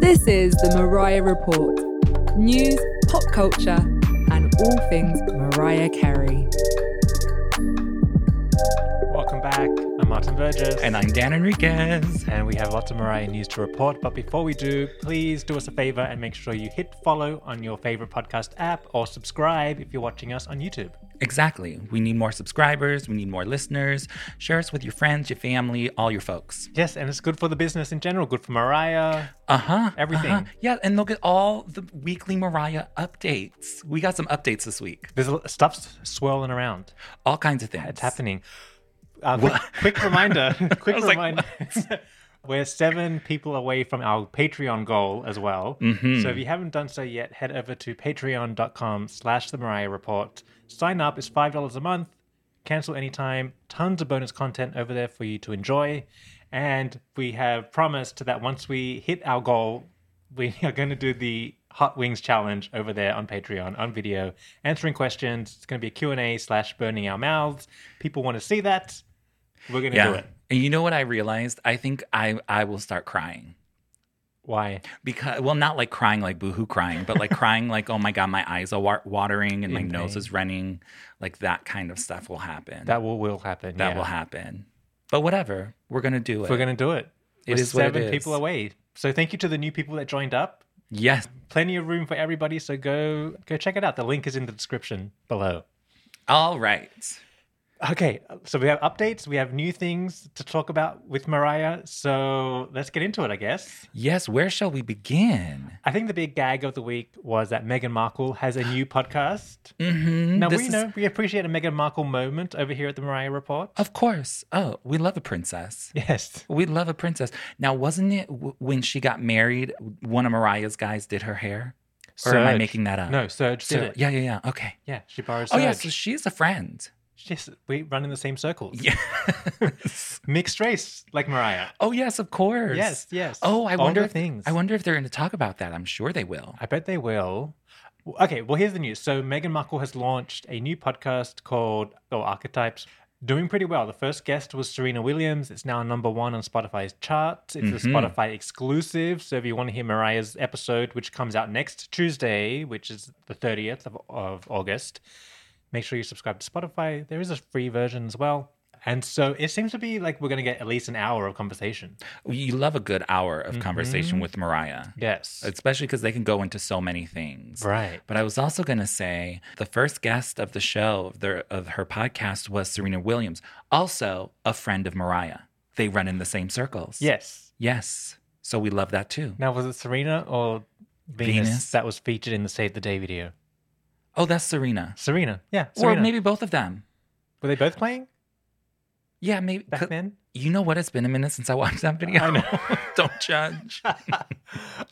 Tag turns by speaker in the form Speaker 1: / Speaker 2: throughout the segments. Speaker 1: This is the Mariah Report news, pop culture, and all things Mariah Carey.
Speaker 2: Welcome back. I'm Martin Burgess.
Speaker 3: And I'm Dan Enriquez.
Speaker 2: And we have lots of Mariah news to report. But before we do, please do us a favor and make sure you hit follow on your favorite podcast app or subscribe if you're watching us on YouTube.
Speaker 3: Exactly. We need more subscribers. We need more listeners. Share us with your friends, your family, all your folks.
Speaker 2: Yes, and it's good for the business in general, good for Mariah.
Speaker 3: Uh huh.
Speaker 2: Everything.
Speaker 3: Yeah, and look at all the weekly Mariah updates. We got some updates this week.
Speaker 2: There's a- stuff's swirling around.
Speaker 3: All kinds of things.
Speaker 2: It's happening. Uh, quick, quick reminder. Quick
Speaker 3: was like,
Speaker 2: reminder. We're seven people away from our Patreon goal as well.
Speaker 3: Mm-hmm.
Speaker 2: So if you haven't done so yet, head over to patreon.com slash the Mariah Report. Sign up. It's $5 a month. Cancel anytime. Tons of bonus content over there for you to enjoy. And we have promised that once we hit our goal, we are going to do the Hot Wings Challenge over there on Patreon, on video, answering questions. It's going to be a Q&A slash burning our mouths. People want to see that. We're going to do
Speaker 3: Yeah.
Speaker 2: it.
Speaker 3: And you know what I realized? I think I, I will start crying.
Speaker 2: Why?
Speaker 3: because well not like crying like boohoo crying but like crying like oh my god my eyes are wa- watering and my
Speaker 2: In
Speaker 3: nose
Speaker 2: pain.
Speaker 3: is running like that kind of stuff will happen that,
Speaker 2: That will, will happen. yeah.
Speaker 3: will happen but whatever we're gonna do it
Speaker 2: We're going to do it. We're
Speaker 3: It is what it
Speaker 2: seven people
Speaker 3: is.
Speaker 2: away. So thank you to the new people that joined up.
Speaker 3: yes
Speaker 2: Plenty of room for everybody. So go go check it out. The link is in the description below.
Speaker 3: all right
Speaker 2: Okay, so we have updates. We have new things to talk about with Mariah. So let's get into it, I guess.
Speaker 3: yes where shall we begin
Speaker 2: I think the big gag of the week was that Meghan Markle has a new podcast.
Speaker 3: mm-hmm.
Speaker 2: Now we know we appreciate a Meghan Markle moment over here at the Mariah Report.
Speaker 3: of course oh we love a princess
Speaker 2: Yes.
Speaker 3: we love a princess now wasn't it w- when she got married one of mariah's guys did her hair or am i
Speaker 2: Surge.
Speaker 3: making that up
Speaker 2: No, Serge
Speaker 3: so,
Speaker 2: did it.
Speaker 3: yeah yeah yeah okay
Speaker 2: Yeah, she borrows.
Speaker 3: oh
Speaker 2: Surge.
Speaker 3: yeah so she's a friend
Speaker 2: Yes, we run in the same circles.
Speaker 3: yes
Speaker 2: Mixed race, like Mariah.
Speaker 3: Oh yes, of course.
Speaker 2: Yes, yes.
Speaker 3: Oh, I
Speaker 2: All
Speaker 3: wonder
Speaker 2: the
Speaker 3: if,
Speaker 2: things.
Speaker 3: I wonder if they're going to talk about that. I'm sure they will.
Speaker 2: I bet they will. Well, Okay, well, here's the news. So, Meghan Markle has launched a new podcast called Oh Archetypes. Doing pretty well. The first guest was Serena Williams. It's now number one on Spotify's charts. It's a
Speaker 3: Mhm.
Speaker 2: Spotify exclusive. So, if you want to hear Mariah's episode, which comes out next Tuesday, which is the 30th of, of August, make sure you subscribe to Spotify. There is a free version as well. And so, it seems to be like we're going to get at least an hour of conversation.
Speaker 3: You love a good hour of conversation
Speaker 2: Mm-hmm.
Speaker 3: with Mariah,
Speaker 2: Yes.
Speaker 3: especially because they can go into so many things.
Speaker 2: right.
Speaker 3: But I was also going to say the first guest of the show of, their, of her podcast was Serena Williams, also a friend of Mariah. They run in the same circles.
Speaker 2: Yes.
Speaker 3: Yes. So we love that too.
Speaker 2: Now, was it Serena or Venus,
Speaker 3: Venus.
Speaker 2: that was featured in the Save the Day video?
Speaker 3: Oh, that's Serena.
Speaker 2: Serena, yeah.
Speaker 3: Or
Speaker 2: Serena.
Speaker 3: maybe both of them.
Speaker 2: were they both playing
Speaker 3: Yeah, maybe.
Speaker 2: back then?
Speaker 3: You know what? It's been a minute since I watched that video.
Speaker 2: I know.
Speaker 3: Don't judge.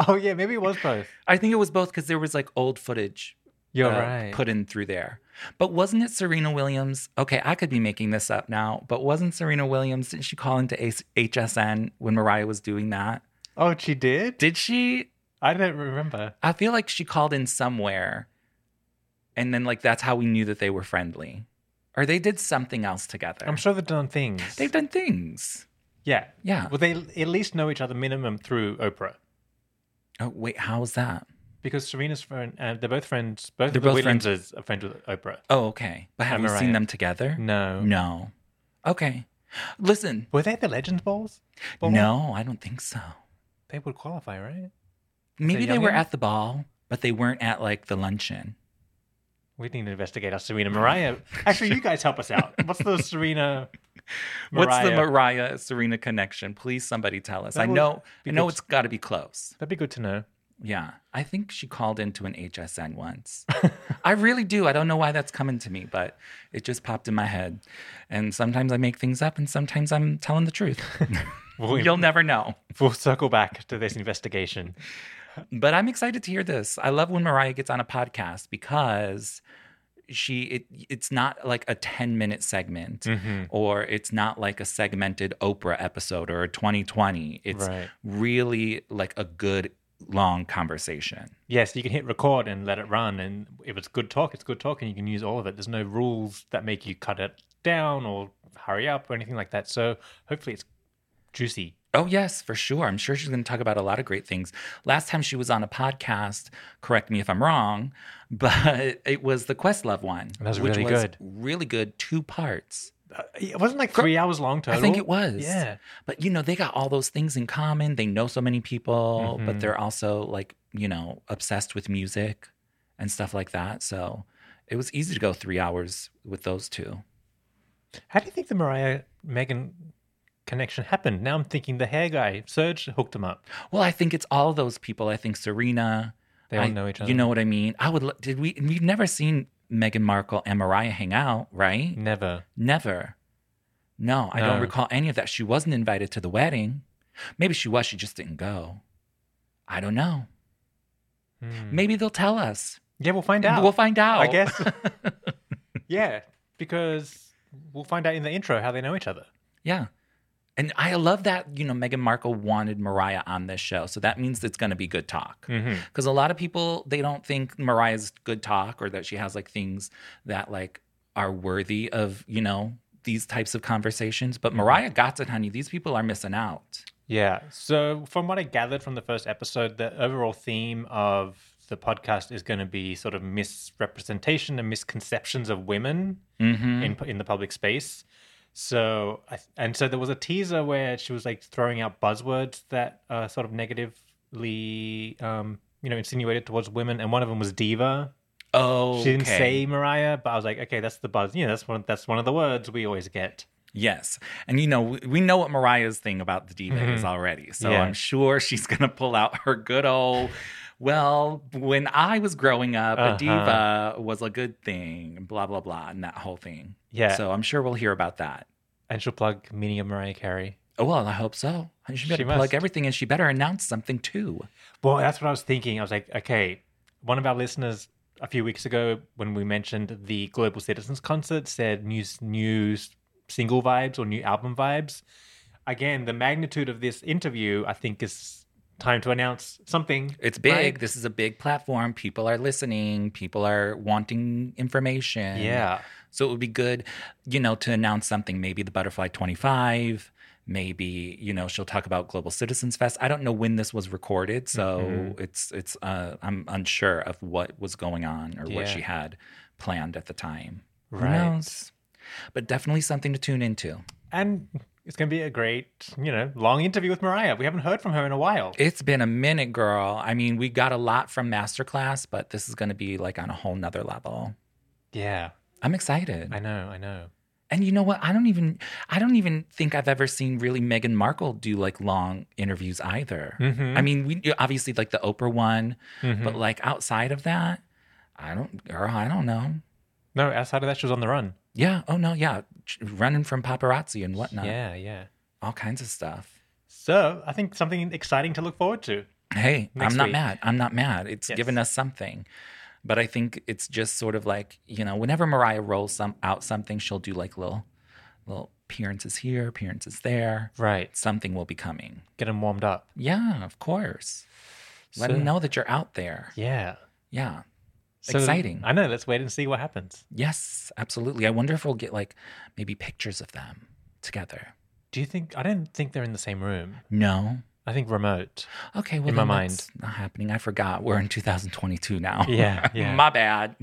Speaker 2: oh yeah, maybe it was both.
Speaker 3: I think it was both because there was like old footage
Speaker 2: You're
Speaker 3: uh,
Speaker 2: right.
Speaker 3: put in through there. But wasn't it Serena Williams? Okay, I could be making this up now, but wasn't Serena Williams? Didn't she call into Ace- HSN when Mariah was doing that?
Speaker 2: oh, she did.
Speaker 3: Did she?
Speaker 2: I don't remember.
Speaker 3: I feel like she called in somewhere, and then like that's how we knew that they were friendly, or they did something else together.
Speaker 2: I'm sure they've done things.
Speaker 3: they've done things.
Speaker 2: yeah.
Speaker 3: Yeah.
Speaker 2: Well, they at least know each other minimum through Oprah
Speaker 3: Oh wait, how's that?
Speaker 2: because Serena's friend. Uh, they're both friends. Both
Speaker 3: They're
Speaker 2: of the
Speaker 3: both friends.
Speaker 2: Williamses are friends with Oprah.
Speaker 3: Oh okay, but have
Speaker 2: And
Speaker 3: we
Speaker 2: Mariah.
Speaker 3: seen them together?
Speaker 2: No.
Speaker 3: No. Okay. Listen.
Speaker 2: Were they at the Legends Bowls? Bowl?
Speaker 3: No, I don't think so.
Speaker 2: They would qualify, right?
Speaker 3: Maybe they
Speaker 2: young
Speaker 3: were
Speaker 2: one?
Speaker 3: at the ball, but they weren't at like the luncheon.
Speaker 2: We need to investigate our Serena Mariah. Actually, you guys help us out. What's the Serena?
Speaker 3: What's the
Speaker 2: Mariah?
Speaker 3: Mariah Serena connection? Please somebody tell us.
Speaker 2: That
Speaker 3: I
Speaker 2: would
Speaker 3: know
Speaker 2: be
Speaker 3: I know
Speaker 2: good.
Speaker 3: it's gotta be close.
Speaker 2: That'd be good to know.
Speaker 3: Yeah. I think she called into an HSN once. I really do. I don't know why that's coming to me, but it just popped in my head. And sometimes I make things up and sometimes I'm telling the truth.
Speaker 2: We'll,
Speaker 3: You'll never know.
Speaker 2: we'll circle back to this investigation.
Speaker 3: But I'm excited to hear this. I love when Mariah gets on a podcast because she it, it's not like a 10 minute segment
Speaker 2: Mm-hmm.
Speaker 3: or it's not like a segmented Oprah episode or a 2020. It's
Speaker 2: Right.
Speaker 3: really like a good long conversation.
Speaker 2: Yes, you can hit record and let it run. And if it's good talk, it's good talk, and you can use all of it. There's no rules that make you cut it down or hurry up or anything like that. So hopefully it's juicy.
Speaker 3: Oh, yes, for sure. I'm sure she's going to talk about a lot of great things. Last time she was on a podcast, correct me if I'm wrong, but it was the Questlove one.
Speaker 2: That was
Speaker 3: which
Speaker 2: really
Speaker 3: was
Speaker 2: good.
Speaker 3: Really good, two parts.
Speaker 2: Uh, It wasn't like three hours long total.
Speaker 3: I think it was.
Speaker 2: Yeah.
Speaker 3: But you know, they got all those things in common. They know so many people,
Speaker 2: Mm-hmm.
Speaker 3: but they're also like, you know, obsessed with music and stuff like that. So it was easy to go three hours with those two.
Speaker 2: How do you think the Mariah Megan connection happened? Now I'm thinking the hair guy, Serge, hooked him up.
Speaker 3: Well, I think it's all those people. I think Serena.
Speaker 2: They all
Speaker 3: I-
Speaker 2: know each other.
Speaker 3: You know what I mean? I would. lo- Did we? We've never seen Meghan Markle and Mariah hang out, right?
Speaker 2: Never.
Speaker 3: Never. No, I don't
Speaker 2: No.
Speaker 3: recall any of that. She wasn't invited to the wedding. Maybe she was. She just didn't go. I don't know.
Speaker 2: Hmm.
Speaker 3: Maybe they'll tell us.
Speaker 2: Yeah, we'll find out.
Speaker 3: We'll find out.
Speaker 2: I guess. yeah, because we'll find out in the intro how they know each other.
Speaker 3: yeah. And I love that, you know, Meghan Markle wanted Mariah on this show. So that means it's going to be good talk.
Speaker 2: Mm-hmm.
Speaker 3: because a lot of people they don't think mariah's good talk or that she has like things that like are worthy of you know these types of conversations but mariah got it honey these people are missing out
Speaker 2: Yeah. So, from what I gathered from the first episode, the overall theme of the podcast is going to be sort of misrepresentation and misconceptions of women
Speaker 3: mm-hmm.
Speaker 2: in in the public space. So, I, and so there was a teaser where she was like throwing out buzzwords that uh, sort of negatively, um, you know, insinuated towards women, and one of them was diva.
Speaker 3: oh
Speaker 2: She didn't say Mariah, but I was like, okay, that's the buzz. You know, that's one that's one of the words we always get.
Speaker 3: yes and you know we, we know what mariah's thing about the diva is already so
Speaker 2: Mm-hmm. Yeah.
Speaker 3: i'm sure she's gonna pull out her good old well when i was growing up
Speaker 2: Uh-huh.
Speaker 3: a diva was a good thing blah blah blah and that whole thing
Speaker 2: Yeah.
Speaker 3: so i'm sure we'll hear about that
Speaker 2: And she'll plug meaning of Mariah Carey.
Speaker 3: Oh, well, I hope so. And She better
Speaker 2: She must.
Speaker 3: plug everything and she better announce something too.
Speaker 2: Well, that's what I was thinking. I was like, okay, one of our listeners a few weeks ago when we mentioned the Global Citizens concert said new new single vibes or new album vibes. Again, the magnitude of this interview, I think, is time to announce something.
Speaker 3: It's big.
Speaker 2: right?
Speaker 3: This is a big platform. People are listening. People are wanting information.
Speaker 2: Yeah.
Speaker 3: So it would be good, you know, to announce something. Maybe the Butterfly 25. Maybe, you know, she'll talk about Global Citizens Fest. I don't know when this was recorded, so
Speaker 2: Mm-hmm.
Speaker 3: it's it's uh I'm unsure of what was going on or what
Speaker 2: Yeah.
Speaker 3: she had planned at the time.
Speaker 2: Right.
Speaker 3: Who knows? But definitely something to tune into.
Speaker 2: And it's going to be a great, you know, long interview with Mariah. We haven't heard from her in a while.
Speaker 3: It's been a minute, girl. I mean, we got a lot from Masterclass, but this is going to be like on a whole nother level.
Speaker 2: yeah.
Speaker 3: I'm excited.
Speaker 2: I know. I know.
Speaker 3: And you know what? I don't even I don't even think I've ever seen really Meghan Markle do like long interviews either.
Speaker 2: Mhm.
Speaker 3: I mean, we obviously like the Oprah one,
Speaker 2: Mhm.
Speaker 3: but like outside of that, I don't girl, I don't know.
Speaker 2: No, outside of that, she was on the run.
Speaker 3: Yeah, oh no, yeah, Ch- running from paparazzi and whatnot.
Speaker 2: Yeah, yeah.
Speaker 3: All kinds of stuff.
Speaker 2: So I think something exciting to look forward to.
Speaker 3: Hey,
Speaker 2: Next
Speaker 3: I'm not
Speaker 2: week.
Speaker 3: mad. I'm not mad. It's
Speaker 2: Yes.
Speaker 3: given us something. But I think it's just sort of like, you know, whenever Mariah rolls some out something, she'll do like little little appearances here, appearances there.
Speaker 2: Right.
Speaker 3: Something will be coming.
Speaker 2: Get them warmed up.
Speaker 3: Yeah, of course. Let
Speaker 2: So-
Speaker 3: them know that you're out there.
Speaker 2: Yeah.
Speaker 3: Yeah.
Speaker 2: So,
Speaker 3: Exciting.
Speaker 2: I know. Let's wait and see what happens.
Speaker 3: Yes, absolutely. I wonder if we'll get like maybe pictures of them together.
Speaker 2: Do you think? I don't think they're in the same room.
Speaker 3: No.
Speaker 2: I think remote.
Speaker 3: Okay, well,
Speaker 2: In my
Speaker 3: then
Speaker 2: mind.
Speaker 3: that's not happening. I forgot. We're in 2022 now.
Speaker 2: Yeah, yeah.
Speaker 3: my bad.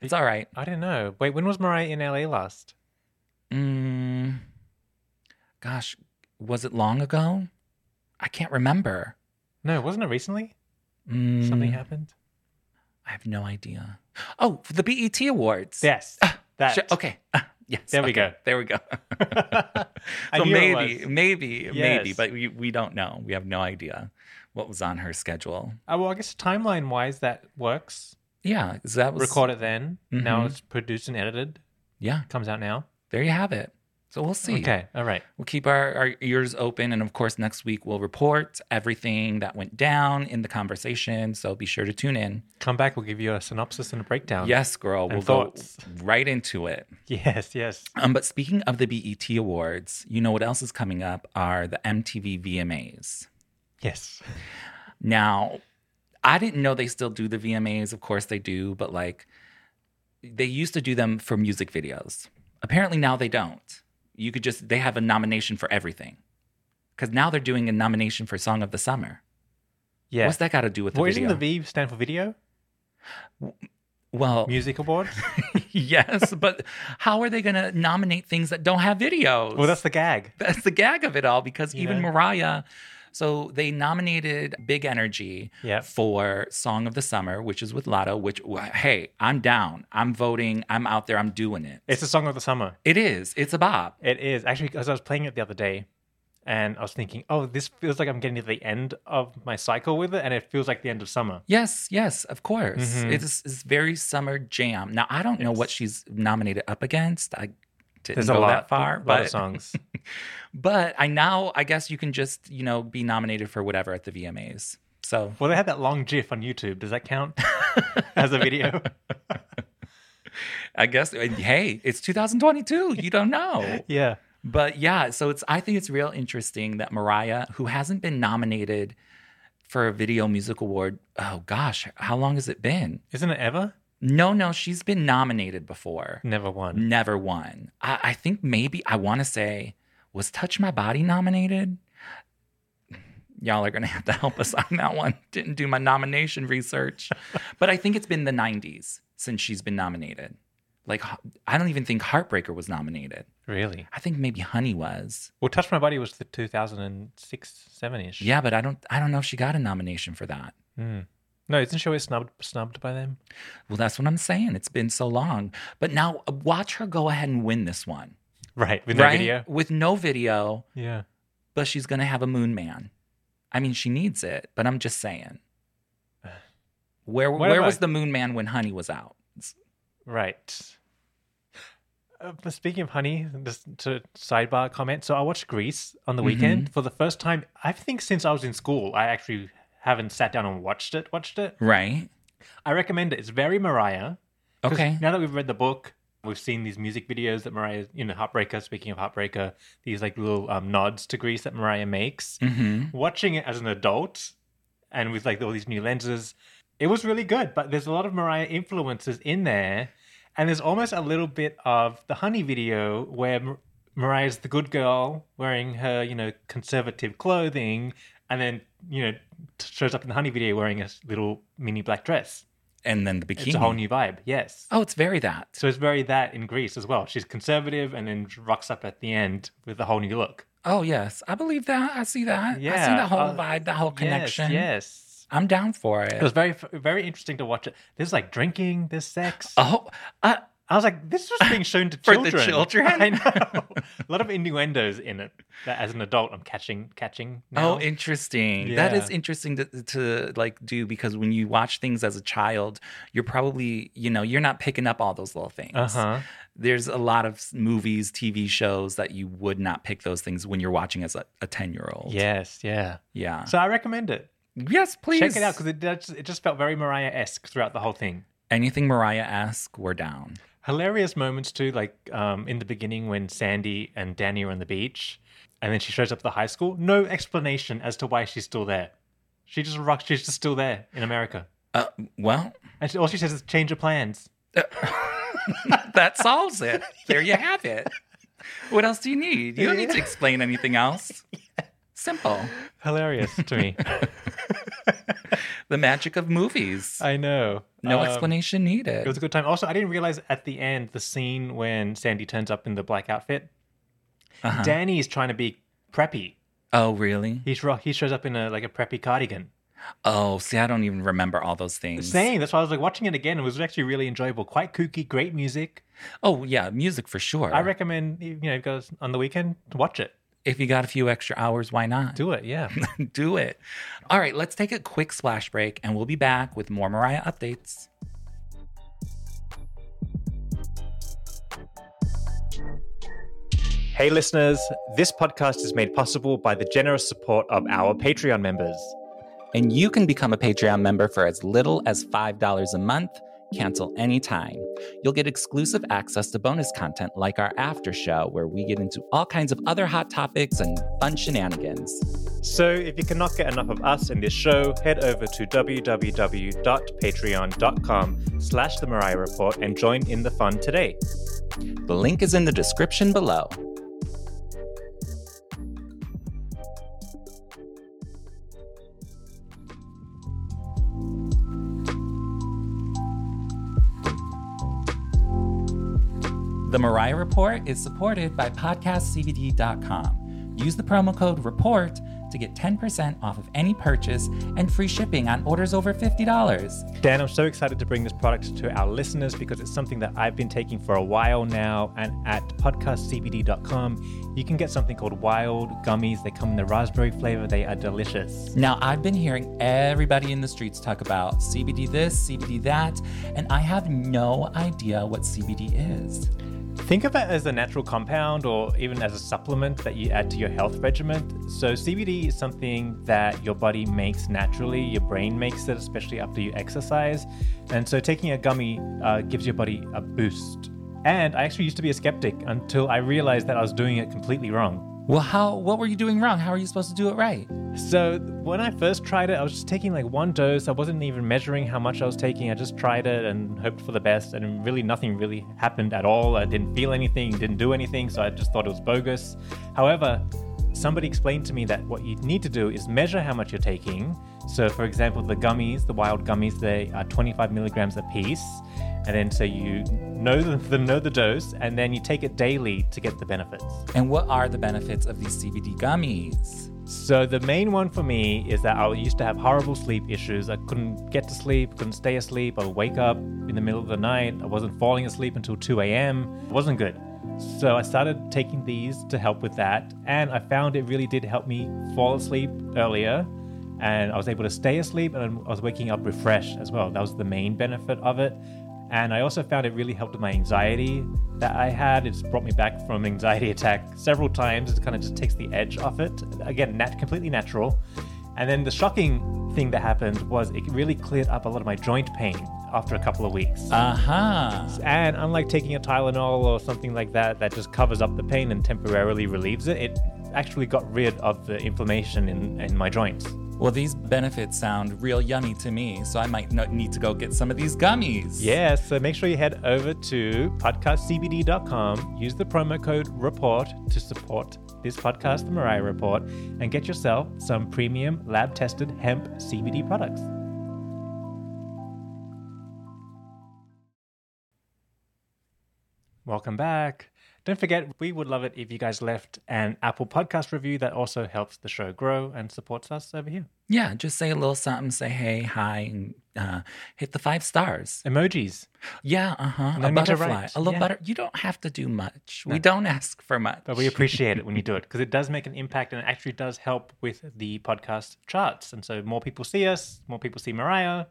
Speaker 3: it's all right.
Speaker 2: I don't know. Wait, when was Mariah in LA last?
Speaker 3: Mm, gosh, was it long ago? I can't remember.
Speaker 2: No, wasn't it recently?
Speaker 3: Mm,
Speaker 2: Something happened.
Speaker 3: I have no idea. Oh, for the BET Awards.
Speaker 2: Yes. That.
Speaker 3: Sure, okay. Ah, yes.
Speaker 2: There we
Speaker 3: okay.
Speaker 2: go.
Speaker 3: There we go.
Speaker 2: I
Speaker 3: so
Speaker 2: knew it
Speaker 3: maybe,
Speaker 2: was.
Speaker 3: maybe, maybe,
Speaker 2: Yes.
Speaker 3: but we, we don't know. We have no idea what was on her schedule.
Speaker 2: Oh, well, I guess timeline wise that works.
Speaker 3: Yeah, 'cause that was
Speaker 2: Record it then. Now
Speaker 3: Mhm.
Speaker 2: it's produced and edited.
Speaker 3: Yeah,
Speaker 2: Comes out now.
Speaker 3: there you have it. So we'll see.
Speaker 2: Okay. All right.
Speaker 3: We'll keep our, our ears open. And of course, next week we'll report everything that went down in the conversation. So be sure to tune in.
Speaker 2: Come back. We'll give you a synopsis and a breakdown.
Speaker 3: Yes, girl.
Speaker 2: and
Speaker 3: We'll
Speaker 2: thoughts.
Speaker 3: go right into it.
Speaker 2: Yes. Yes.
Speaker 3: Um, but speaking of the BET Awards, you know what else is coming up are the MTV VMAs.
Speaker 2: Yes.
Speaker 3: Now, I didn't know they still do the VMAs. Of course they do, but like they used to do them for music videos. Apparently now they don't. You could just, they have a nomination for everything. Because now they're doing a nomination for Song of the Summer.
Speaker 2: Yeah.
Speaker 3: What's that got to do with the
Speaker 2: well, isn't
Speaker 3: video?
Speaker 2: the V stand for video?
Speaker 3: well,
Speaker 2: Music Award?
Speaker 3: yes, but how are they going to nominate things that don't have videos?
Speaker 2: well, that's the gag.
Speaker 3: that's the gag of it all because
Speaker 2: You
Speaker 3: even
Speaker 2: know?
Speaker 3: Mariah. So they nominated Big Energy
Speaker 2: Yep.
Speaker 3: for Song of the Summer, which is with Lotto, which, wh- hey, I'm down. I'm voting. I'm out there. I'm doing it.
Speaker 2: It's a song of the summer.
Speaker 3: it is. It's a bop.
Speaker 2: It is actually because I was playing it the other day, and I was thinking, oh, this feels like I'm getting to the end of my cycle with it, and it feels like the end of summer.
Speaker 3: Yes, yes, of course.
Speaker 2: Mhm.
Speaker 3: It is it's very summer jam. Now, I don't know what she's nominated up against. I didn't
Speaker 2: There's a
Speaker 3: go
Speaker 2: lot,
Speaker 3: that far,
Speaker 2: a lot
Speaker 3: but
Speaker 2: of songs.
Speaker 3: but I now I guess you can just you know be nominated for whatever at the VMAs. So
Speaker 2: well, they had that long GIF on YouTube. Does that count as a video?
Speaker 3: I guess hey, it's 2022. You don't know.
Speaker 2: yeah,
Speaker 3: But yeah, so it's I think it's real interesting that Mariah, who hasn't been nominated for a video music award, oh gosh, how long has it been?
Speaker 2: isn't it ever?
Speaker 3: No, no, she's been nominated before,
Speaker 2: Never won.
Speaker 3: never won. I, I think maybe I want to say was Touch My Body nominated. Y'all are gonna have to help us on that one. Didn't do my nomination research, but I think it's been the '90s since she's been nominated. Like I don't even think Heartbreaker was nominated.
Speaker 2: Really?
Speaker 3: I think maybe Honey was.
Speaker 2: Well, Touch My Body was the 2006, seven ish.
Speaker 3: Yeah, but I don't I don't know if she got a nomination for that.
Speaker 2: Mm. No, isn't she always snubbed snubbed by them?
Speaker 3: Well, that's what I'm saying. It's been so long. But now uh, watch her go ahead and win this one.
Speaker 2: Right with no
Speaker 3: right?
Speaker 2: video.
Speaker 3: With no video,
Speaker 2: Yeah.
Speaker 3: but she's going to have a moon man. I mean, she needs it, but I'm just saying. Where
Speaker 2: What
Speaker 3: where
Speaker 2: about-
Speaker 3: was the moon man when Honey was out? It's-
Speaker 2: Right. Uh, but speaking of honey, just to sidebar comment. So I watched Grease on the
Speaker 3: Mm-hmm.
Speaker 2: weekend for the first time. I think since I was in school, I actually haven't sat down and watched it. Watched it.
Speaker 3: Right?
Speaker 2: I recommend it. It's very Mariah. 'Cause
Speaker 3: Okay.
Speaker 2: Now that we've read the book, we've seen these music videos that Mariah, you know, Heartbreaker. Speaking of Heartbreaker, these like little um, nods to Grease that Mariah makes.
Speaker 3: hmm
Speaker 2: Watching it as an adult, and with like all these new lenses, it was really good. But there's a lot of Mariah influences in there, and there's almost a little bit of the Honey video where M- Mariah's the good girl wearing her, you know, conservative clothing, and then you know t- shows up in the Honey video wearing a s- little mini black dress.
Speaker 3: And then the bikini.
Speaker 2: It's a whole new vibe. Yes.
Speaker 3: oh, it's very that.
Speaker 2: So it's very that in Greece as well. She's conservative and then rocks up at the end with a whole new look.
Speaker 3: Oh, yes. I believe that. I see that. I see
Speaker 2: Yeah,
Speaker 3: the whole
Speaker 2: uh,
Speaker 3: vibe, the whole connection.
Speaker 2: Yes. yes.
Speaker 3: I'm down for it.
Speaker 2: It was very, very interesting to watch it. There's like drinking, there's sex.
Speaker 3: oh, uh,
Speaker 2: I was like, this was being shown to
Speaker 3: For the
Speaker 2: children.
Speaker 3: children?
Speaker 2: I know. a lot of innuendos in it that as an adult I'm catching, catching. Now.
Speaker 3: Oh, interesting. That is
Speaker 2: Yeah.
Speaker 3: interesting to, to like do because when you watch things as a child, you're probably, you know, you're not picking up all those little things.
Speaker 2: uh huh.
Speaker 3: There's a lot of s- movies, TV shows that you would not pick those things when you're watching as a 10 year old.
Speaker 2: Yes, yeah.
Speaker 3: Yeah.
Speaker 2: So I recommend it.
Speaker 3: yes, please.
Speaker 2: Check it out because it just, it just felt very Mariah esque throughout the whole thing.
Speaker 3: anything Mariah asks, we're down.
Speaker 2: hilarious moments too like um, in the beginning when sandy and danny are on the beach and then she shows up at the high school no explanation as to why she's still there she just rocks she's just still there in america
Speaker 3: Uh, well,
Speaker 2: and she, all she says is change of plans
Speaker 3: that solves it. There you have it. What else do you need? You don't need to explain anything else. Simple.
Speaker 2: hilarious to me
Speaker 3: The magic of movies.
Speaker 2: i know
Speaker 3: No
Speaker 2: Um,
Speaker 3: explanation needed.
Speaker 2: it was a good time also i didn't realize at the end the scene when sandy turns up in the black outfit
Speaker 3: Uh-huh.
Speaker 2: danny is trying to be preppy
Speaker 3: oh, really?
Speaker 2: he's ro- he shows up in a like a preppy cardigan
Speaker 3: Oh, see, I don't even remember all those things.
Speaker 2: same that's why i was like watching it again it was actually really enjoyable quite kooky great music
Speaker 3: Oh, yeah, music for sure.
Speaker 2: I recommend you know goes on the weekend watch it.
Speaker 3: if you got a few extra hours, why not?
Speaker 2: Do it, yeah.
Speaker 3: Do it. All right, let's take a quick splash break and we'll be back with more Mariah updates.
Speaker 2: hey listeners, this podcast is made possible by the generous support of our Patreon members.
Speaker 3: And you can become a Patreon member for as little as $5 a month. Cancel anytime. You'll get exclusive access to bonus content like our after show, where we get into all kinds of other hot topics and fun shenanigans.
Speaker 2: So if you cannot get enough of us in this show, head over to www.patreon.com slash the Mariah Report and join in the fun today.
Speaker 3: The link is in the description below. The Mariah Report is supported by podcastcbd.com. Use the promo code REPORT to get 10% off of any purchase and free shipping on orders over $50.
Speaker 2: Dan, I'm so excited to bring this product to our listeners because it's something that I've been taking for a while now. And at podcastcbd.com, you can get something called wild gummies. They come in the raspberry flavor, they are delicious.
Speaker 3: Now, I've been hearing everybody in the streets talk about CBD this, CBD that, and I have no idea what CBD is.
Speaker 2: Think of it as a natural compound or even as a supplement that you add to your health regimen. So, CBD is something that your body makes naturally, your brain makes it, especially after you exercise. And so, taking a gummy uh, gives your body a boost. And I actually used to be a skeptic until I realized that I was doing it completely wrong.
Speaker 3: Well, how what were you doing wrong? How are you supposed to do it right?
Speaker 2: So, when I first tried it, I was just taking like one dose. I wasn't even measuring how much I was taking. I just tried it and hoped for the best. And really, nothing really happened at all. I didn't feel anything, didn't do anything. So, I just thought it was bogus. However, somebody explained to me that what you need to do is measure how much you're taking. So, for example, the gummies, the wild gummies, they are 25 milligrams a piece. And then, so you know the, the know the dose, and then you take it daily to get the benefits.
Speaker 3: And what are the benefits of these CBD gummies?
Speaker 2: So the main one for me is that I used to have horrible sleep issues. I couldn't get to sleep, couldn't stay asleep. I would wake up in the middle of the night. I wasn't falling asleep until 2 a.m. It wasn't good. So I started taking these to help with that, and I found it really did help me fall asleep earlier. And I was able to stay asleep, and I was waking up refreshed as well. That was the main benefit of it. And I also found it really helped with my anxiety that I had. It's brought me back from anxiety attack several times. It kind of just takes the edge off it. Again, nat- completely natural. And then the shocking thing that happened was it really cleared up a lot of my joint pain after a couple of weeks.
Speaker 3: Uh huh.
Speaker 2: And unlike taking a Tylenol or something like that, that just covers up the pain and temporarily relieves it, it actually got rid of the inflammation in, in my joints.
Speaker 3: Well, these benefits sound real yummy to me, so I might no- need to go get some of these gummies.
Speaker 2: Yeah, so make sure you head over to podcastcbd.com, use the promo code REPORT to support this podcast, The Mariah Report, and get yourself some premium lab tested hemp CBD products. Welcome back. Don't forget, we would love it if you guys left an Apple podcast review that also helps the show grow and supports us over here.
Speaker 3: Yeah, just say a little something, say hey, hi, and uh, hit the five stars.
Speaker 2: Emojis.
Speaker 3: Yeah, uh
Speaker 2: No
Speaker 3: huh. a
Speaker 2: need to
Speaker 3: butterfly,
Speaker 2: write.
Speaker 3: a little
Speaker 2: Yeah.
Speaker 3: butter. You don't have to do much. We don't ask for much.
Speaker 2: But we appreciate it when you do it because it does make an impact and it actually does help with the podcast charts. And so more people see us, more people see Mariah,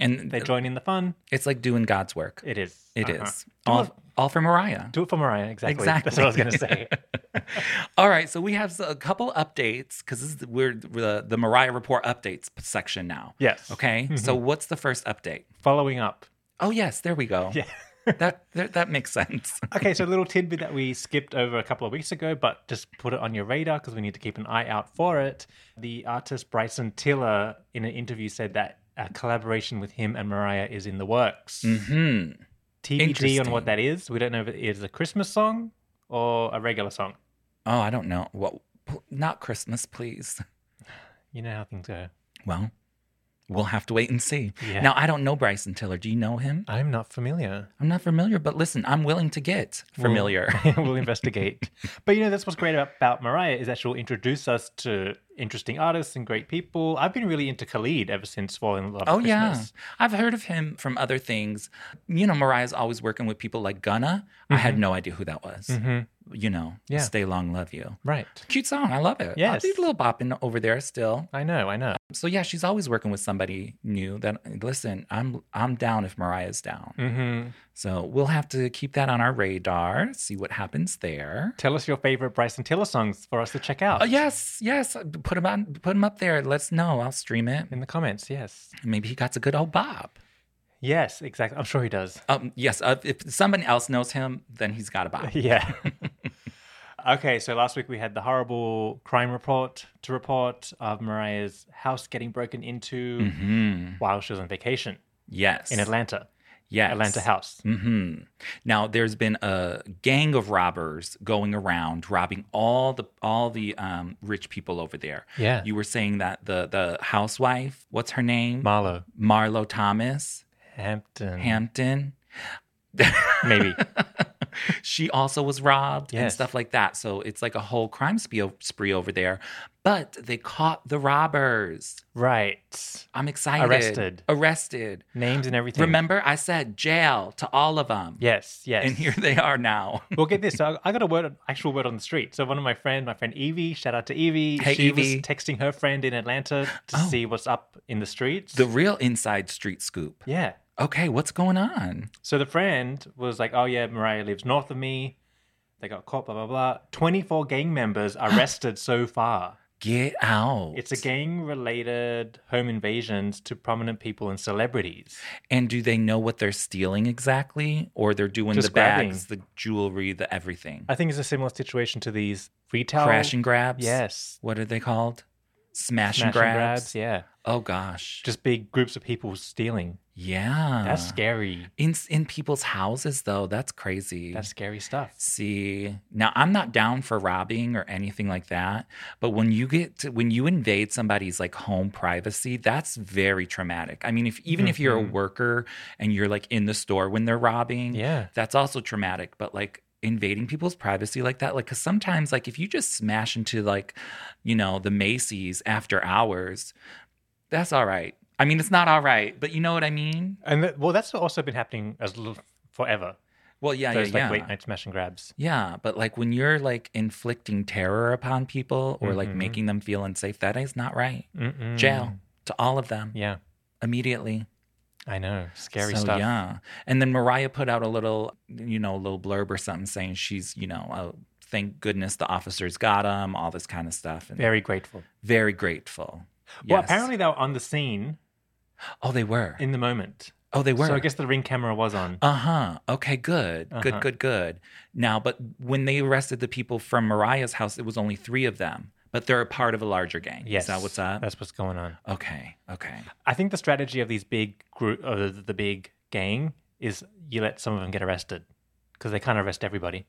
Speaker 3: and
Speaker 2: they join in the fun.
Speaker 3: it's like doing God's work.
Speaker 2: It is.
Speaker 3: It is
Speaker 2: Uh-huh.
Speaker 3: all, all for Mariah.
Speaker 2: Do it for Mariah. Exactly.
Speaker 3: Exactly.
Speaker 2: That's what I was going to say.
Speaker 3: All right, so we have a couple updates because this is we're the, the Mariah Report updates section now.
Speaker 2: Yes.
Speaker 3: Okay. So what's the first update?
Speaker 2: Following up.
Speaker 3: Oh yes, there we go.
Speaker 2: Yeah.
Speaker 3: That that, that makes sense.
Speaker 2: Okay, so a little tidbit that we skipped over a couple of weeks ago, but just put it on your radar because we need to keep an eye out for it. The artist Bryson Tiller, in an interview, said that a collaboration with him and Mariah is in the works.
Speaker 3: hmm.
Speaker 2: TBD on
Speaker 3: Interesting.
Speaker 2: what that is. We don't know if it is a Christmas song or a regular song.
Speaker 3: Oh, I don't know. Well, p- not Christmas, please.
Speaker 2: You know how things go.
Speaker 3: Well, we'll have to wait and see.
Speaker 2: Yeah.
Speaker 3: Now I don't know Bryson Tiller. Do you know him?
Speaker 2: I'm not familiar.
Speaker 3: I'm not familiar, but listen, I'm willing to get familiar.
Speaker 2: we'll investigate. But you know, that's what's great about, about Mariah is that she'll introduce us to interesting artists and great people. I've been really into Khalid ever since Falling in Love.
Speaker 3: Oh
Speaker 2: with
Speaker 3: yeah,
Speaker 2: Christmas.
Speaker 3: I've heard of him from other things. You know, Mariah's always working with people like Gunna. I had no idea who that was. You know,
Speaker 2: Mm-hmm. Yeah.
Speaker 3: "Stay Long, Love You."
Speaker 2: Mm-hmm. Right.
Speaker 3: Cute song, I love it.
Speaker 2: Yes.
Speaker 3: She's a little bopping over there still.
Speaker 2: I know, I know.
Speaker 3: So yeah, she's always working with somebody new. That listen, I'm I'm down if Mariah's down.
Speaker 2: Mm-hmm.
Speaker 3: So we'll have to keep that on our radar. See what happens there.
Speaker 2: Tell us your favorite Bryson Tiller songs for us to check out.
Speaker 3: Oh yes, yes. Put him on. Put him up there. Let's know. I'll stream it.
Speaker 2: In the comments, yes.
Speaker 3: Maybe he got a good old bob.
Speaker 2: Yes, exactly. I'm sure he does.
Speaker 3: Um, yes, uh, if somebody else knows him, then he's got a bob.
Speaker 2: Yeah. okay, so last week we had the horrible crime report to report of Mariah's house getting broken into
Speaker 3: Mm. Mm-hmm.
Speaker 2: while she was on vacation
Speaker 3: Yes.
Speaker 2: in Atlanta.
Speaker 3: Yes.
Speaker 2: Atlanta house.
Speaker 3: hmm Now there's been a gang of robbers going around robbing all the all the um, rich people over there.
Speaker 2: Yeah.
Speaker 3: You were saying that the the housewife, what's her name?
Speaker 2: Marlo
Speaker 3: Marlo Thomas
Speaker 2: Hampton.
Speaker 3: Hampton.
Speaker 2: maybe.
Speaker 3: she also was robbed and
Speaker 2: Yes.
Speaker 3: stuff like that. So it's like a whole crime spree, spree over there. But they caught the robbers.
Speaker 2: right.
Speaker 3: I'm excited.
Speaker 2: Arrested.
Speaker 3: Arrested.
Speaker 2: Names and everything.
Speaker 3: Remember, I said jail to all of them.
Speaker 2: Yes, yes.
Speaker 3: And here they are now.
Speaker 2: Well, get this. So I- I got a word, actual word on the street. So one of my friend, my friend Evie, shout out to Evie.
Speaker 3: Hey,
Speaker 2: she
Speaker 3: Evie. Oh.
Speaker 2: was texting her friend in Atlanta to see what's up in the streets.
Speaker 3: The real inside street scoop.
Speaker 2: yeah.
Speaker 3: Okay, what's going on?
Speaker 2: So the friend was like, "Oh yeah, Mariah lives north of me. They got caught. Blah blah blah. Twenty-four gang members arrested so far.
Speaker 3: Get out.
Speaker 2: It's a gang-related home invasions to prominent people and celebrities.
Speaker 3: And do they know what they're stealing exactly? Or they're doing
Speaker 2: Just
Speaker 3: the bags, the jewelry, the everything?
Speaker 2: I think it's a similar situation to these retail
Speaker 3: Crash and grabs?
Speaker 2: Yes,
Speaker 3: What are they called? Smash,
Speaker 2: smash
Speaker 3: and grabs?
Speaker 2: Yeah,
Speaker 3: Oh gosh.
Speaker 2: just big groups of people stealing.
Speaker 3: yeah.
Speaker 2: That's scary.
Speaker 3: In in people's houses though, that's crazy.
Speaker 2: That's scary stuff.
Speaker 3: See, now I'm not down for robbing or anything like that, but when you get to, when you invade somebody's like home privacy, that's very traumatic. I mean, if even if you're a
Speaker 2: Mhm.
Speaker 3: worker and you're like in the store when they're robbing,
Speaker 2: Yeah.
Speaker 3: that's also traumatic, but like invading people's privacy like that like cuz sometimes like if you just smash into like, you know, the Macy's after hours, that's all right. I mean, it's not all right, but you know what I mean?
Speaker 2: And th- well, that's also been happening as l- forever.
Speaker 3: Well, yeah,
Speaker 2: Those
Speaker 3: Uh, yeah,
Speaker 2: like
Speaker 3: yeah.
Speaker 2: late night smash and grabs.
Speaker 3: Yeah, but like when you're like inflicting terror upon people or like
Speaker 2: Mhm.
Speaker 3: making them feel unsafe, that is not right.
Speaker 2: Mm-mm.
Speaker 3: Jail to all of them
Speaker 2: Mm. Yeah,
Speaker 3: immediately.
Speaker 2: I know. Scary
Speaker 3: so,
Speaker 2: stuff.
Speaker 3: Yeah. And then Mariah put out a little, you know, little blurb or something saying she's, you know, oh, thank goodness the officers got him, all this kind of stuff. And
Speaker 2: Very grateful.
Speaker 3: very grateful.
Speaker 2: Well,
Speaker 3: Yes.
Speaker 2: apparently they were on the scene
Speaker 3: Oh, they were.
Speaker 2: in the moment.
Speaker 3: oh, they were.
Speaker 2: So I guess the ring camera was on.
Speaker 3: Uh huh. Okay, good.
Speaker 2: Uh-huh.
Speaker 3: Good, good, good. Now, but when they arrested the people from Mariah's house, it was only three of them, but they're a part of a larger gang.
Speaker 2: yes.
Speaker 3: Is that what's up?
Speaker 2: That's what's going on.
Speaker 3: Okay, okay.
Speaker 2: I think the strategy of these big group, or the, the big gang, is you let some of them get arrested because they can't arrest everybody.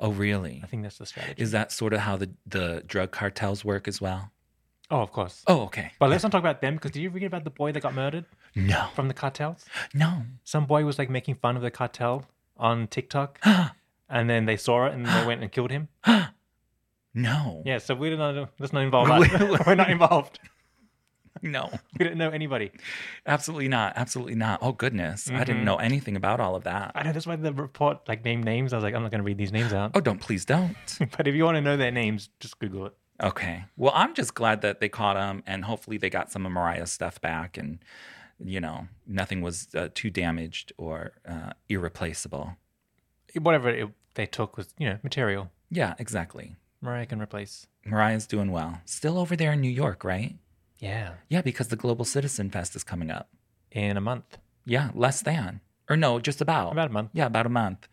Speaker 3: Oh, really?
Speaker 2: I think that's the strategy.
Speaker 3: Is that sort of how the, the drug cartels work as well?
Speaker 2: oh, of course.
Speaker 3: Oh, okay.
Speaker 2: But let's not talk about them because did you read about the boy that got murdered
Speaker 3: No,
Speaker 2: from the cartels?
Speaker 3: no.
Speaker 2: Some boy was like making fun of the cartel on TikTok, and then they saw it and they went and killed him.
Speaker 3: no,
Speaker 2: Yeah, so we don't know. Let's not involve us. We're not involved.
Speaker 3: no.
Speaker 2: We don't know anybody.
Speaker 3: Absolutely not. Absolutely not. Oh, goodness. I
Speaker 2: Mhm.
Speaker 3: didn't know anything about all of that.
Speaker 2: I know that's why the report like named names. I was like, I'm not going to read these names out.
Speaker 3: Oh, don't, please don't.
Speaker 2: But if you want to know their names, just Google it.
Speaker 3: Okay. Well, I'm just glad that they caught him and hopefully they got some of Mariah's stuff back and, you know, nothing was uh, too damaged or uh, irreplaceable.
Speaker 2: Whatever it, they took was, you know, material.
Speaker 3: Yeah, exactly.
Speaker 2: Mariah can replace.
Speaker 3: Mariah's doing well. Still over there in New York, right?
Speaker 2: Yeah.
Speaker 3: Yeah, because the Global Citizen Fest is coming up.
Speaker 2: In a month,
Speaker 3: Yeah, less than. Or no, just about.
Speaker 2: about a month.
Speaker 3: yeah, about a month.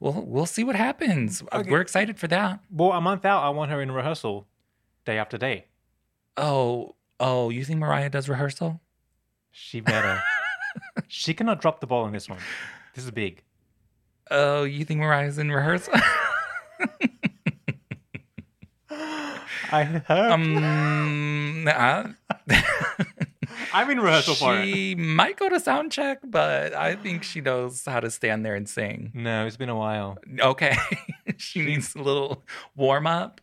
Speaker 3: Well, we'll see what happens. Uh,
Speaker 2: Okay.
Speaker 3: We're excited for that.
Speaker 2: Well, a month out, I want her in rehearsal, day after day.
Speaker 3: Oh, oh, you think Mariah does rehearsal?
Speaker 2: She better. she cannot drop the ball on this one. This is big.
Speaker 3: Oh, you think Mariah's in rehearsal?
Speaker 2: I hope.
Speaker 3: um, I-
Speaker 2: I'm in rehearsal for it.
Speaker 3: she might go to sound check, but I think she knows how to stand there and sing.
Speaker 2: No, it's been a while.
Speaker 3: Okay, she needs a little warm up.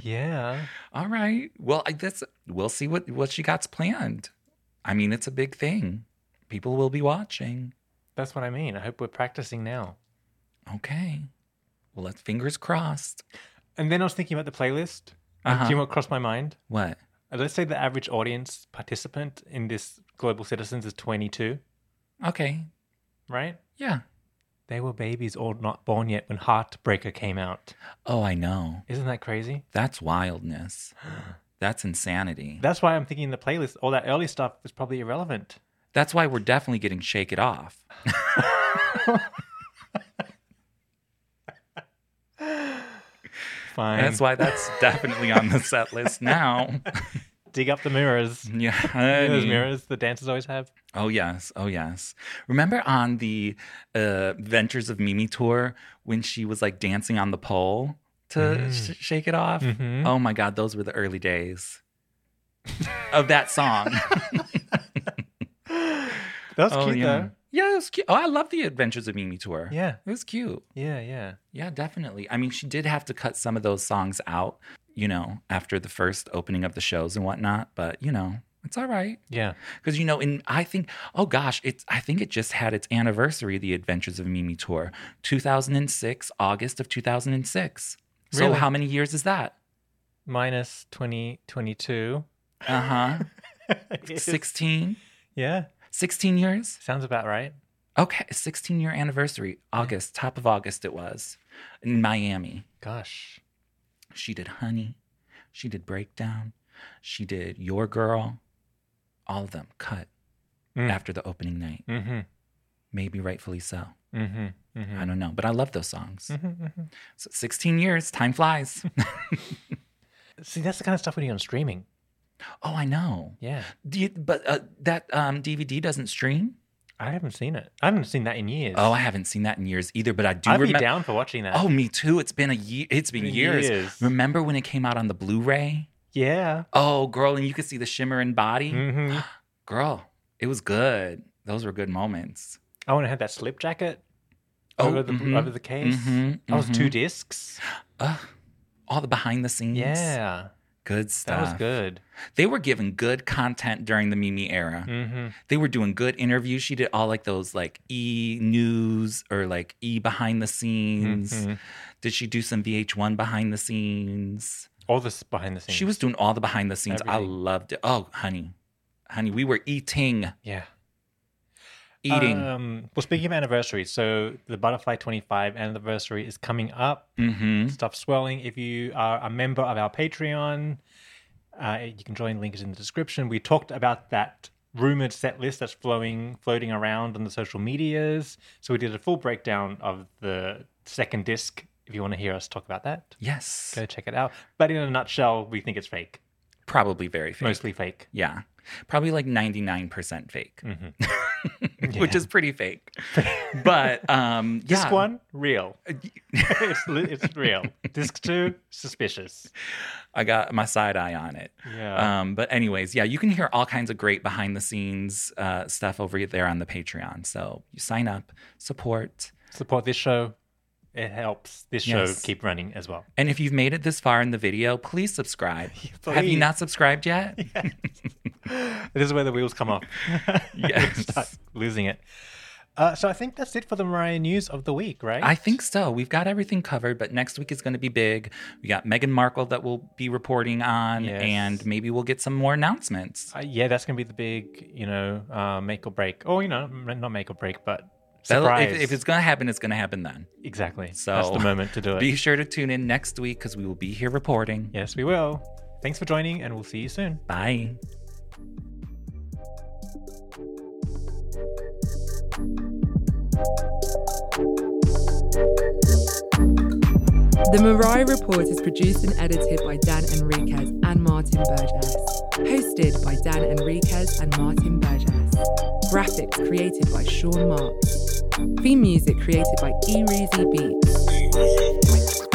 Speaker 2: Yeah.
Speaker 3: All right. Well, I guess we'll see what what she got's planned. I mean, it's a big thing. People will be watching.
Speaker 2: That's what I mean. I hope we're practicing now.
Speaker 3: Okay. Well, let's fingers crossed.
Speaker 2: And then I was thinking about the playlist. And
Speaker 3: Uh-huh.
Speaker 2: Do you know what crossed my mind?
Speaker 3: What?
Speaker 2: Uh, Let's say the average audience participant in this Global Citizens is 22,
Speaker 3: Okay.
Speaker 2: right?
Speaker 3: Yeah.
Speaker 2: They were babies or not born yet when Heartbreaker came out.
Speaker 3: Oh, I know.
Speaker 2: Isn't that crazy?
Speaker 3: That's wildness. That's insanity.
Speaker 2: That's why I'm thinking the playlist, all that early stuff is probably irrelevant.
Speaker 3: That's why we're definitely getting Shake It Off.
Speaker 2: Fine.
Speaker 3: That's why that's definitely on the set list now.
Speaker 2: Dig up the mirrors.
Speaker 3: yeah.
Speaker 2: You know those
Speaker 3: honey.
Speaker 2: mirrors the dancers always have.
Speaker 3: Oh yes, oh yes. Remember on the uh, Ventures of Mimi tour when she was like dancing on the pole to
Speaker 2: Mm.
Speaker 3: sh- shake it off?
Speaker 2: Mhm.
Speaker 3: Oh my god, those were the early days of that song.
Speaker 2: That was
Speaker 3: oh
Speaker 2: cute
Speaker 3: yeah.
Speaker 2: though.
Speaker 3: Yeah, it was cute. Oh, I love the Adventures of Mimi tour.
Speaker 2: Yeah.
Speaker 3: It was cute.
Speaker 2: Yeah, yeah.
Speaker 3: Yeah, definitely. I mean, she did have to cut some of those songs out, you know, after the first opening of the shows and whatnot, but you know, it's all right.
Speaker 2: Yeah.
Speaker 3: Because you know, and I think, oh gosh, it's I think it just had its anniversary, the Adventures of Mimi tour, 2006, August of 2006. So
Speaker 2: Really?
Speaker 3: how many years is that?
Speaker 2: Minus 2022.
Speaker 3: Uh huh. 16.
Speaker 2: Yeah.
Speaker 3: 16 years.
Speaker 2: Sounds about right.
Speaker 3: Okay, 16 year anniversary, August, top of August it was, in Miami.
Speaker 2: Gosh.
Speaker 3: She did Honey. She did Breakdown. She did Your Girl. All of them cut
Speaker 2: Mm.
Speaker 3: after the opening night.
Speaker 2: Mm
Speaker 3: Maybe rightfully so.
Speaker 2: hmm. Mm hmm. Mm
Speaker 3: I don't know, but I love those songs.
Speaker 2: hmm. hmm
Speaker 3: So 16 years, time flies.
Speaker 2: See, that's the kind of stuff we need on streaming.
Speaker 3: oh, I know.
Speaker 2: Yeah.
Speaker 3: Do you, but uh, that um, DVD doesn't stream.
Speaker 2: I haven't seen it. I haven't seen that in years.
Speaker 3: Oh, I haven't seen that in years either, but I do
Speaker 2: I'd
Speaker 3: remember.
Speaker 2: be down for watching that.
Speaker 3: Oh, me too. It's been a year. It's been
Speaker 2: Been
Speaker 3: years.
Speaker 2: years.
Speaker 3: Remember when it came out on the Blu-ray?
Speaker 2: yeah.
Speaker 3: Oh, girl, and you could see the shimmering body.
Speaker 2: hmm
Speaker 3: Girl, it was good. Those were good moments.
Speaker 2: I want to have that slip jacket
Speaker 3: Oh,
Speaker 2: over, the,
Speaker 3: mhm,
Speaker 2: over the case.
Speaker 3: mhm,
Speaker 2: That was
Speaker 3: mhm.
Speaker 2: two discs.
Speaker 3: Ugh, all the behind the scenes.
Speaker 2: Yeah.
Speaker 3: Good
Speaker 2: That
Speaker 3: stuff.
Speaker 2: was good.
Speaker 3: They were giving good content during the Mimi era.
Speaker 2: Mm-hmm.
Speaker 3: They were doing good interviews. She did all like those like e news or like e behind the scenes.
Speaker 2: Mhm.
Speaker 3: Did she do some VH1 behind the scenes?
Speaker 2: All this behind the scenes.
Speaker 3: She was doing all the behind the scenes. I
Speaker 2: Everything.
Speaker 3: loved it. Oh, honey. Honey, we were eating,
Speaker 2: Yeah.
Speaker 3: eating.
Speaker 2: Um, well, speaking of anniversaries, so the Butterfly 25 anniversary is coming up.
Speaker 3: mm-hmm.
Speaker 2: Stuff swelling. If you are a member of our Patreon, uh, you can join. Link is in the description. We talked about that rumored set list that's flowing, floating around on the social medias. So we did a full breakdown of the second disc. If you want to hear us talk about that,
Speaker 3: Yes.
Speaker 2: go check it out. But in a nutshell, we think it's fake,
Speaker 3: Probably very fake.
Speaker 2: mostly fake.
Speaker 3: Yeah. Probably like 99% fake, which
Speaker 2: Mm-hmm. Yeah.
Speaker 3: is pretty fake. but um, yeah.
Speaker 2: Disc one, real. it's, li- it's real. Disc two, suspicious.
Speaker 3: I got my side eye on it.
Speaker 2: Yeah.
Speaker 3: Um, but, anyways, yeah, you can hear all kinds of great behind the scenes uh, stuff over there on the Patreon. So you sign up, support.
Speaker 2: Support this show. It helps this
Speaker 3: Yes.
Speaker 2: show keep running as well.
Speaker 3: And if you've made it this far in the video, please subscribe. Have
Speaker 2: Please.
Speaker 3: you not subscribed yet?
Speaker 2: This is where the wheels come off.
Speaker 3: Yes.
Speaker 2: Start losing it. Uh, so I think that's it for the Mariah news of the week, right?
Speaker 3: I think so. We've got everything covered, but next week is going to be big. We got Meghan Markle that we'll be reporting on,
Speaker 2: Yes.
Speaker 3: and maybe we'll get some more announcements.
Speaker 2: Uh, yeah, that's going to be the big, you know, uh, make or break. Or, you know, m- not make or break, but
Speaker 3: That'll-
Speaker 2: surprise.
Speaker 3: If, if it's going to happen, it's going to happen then.
Speaker 2: exactly.
Speaker 3: So
Speaker 2: that's the moment to do it.
Speaker 3: Be sure to tune in next week because we will be here reporting.
Speaker 2: yes, we will. Thanks for joining, and we'll see you soon.
Speaker 3: Bye.
Speaker 1: The Mariah Report is produced and edited by Dan Enriquez and Martin Burgess. Hosted by Dan Enriquez and Martin Burgess. Graphics created by Sean Marks. Theme music created by E Reezy Beats.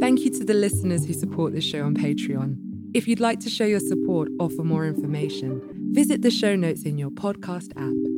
Speaker 1: Thank you to the listeners who support the show on Patreon. If you'd like to show your support or for more information, visit the show notes in your podcast app.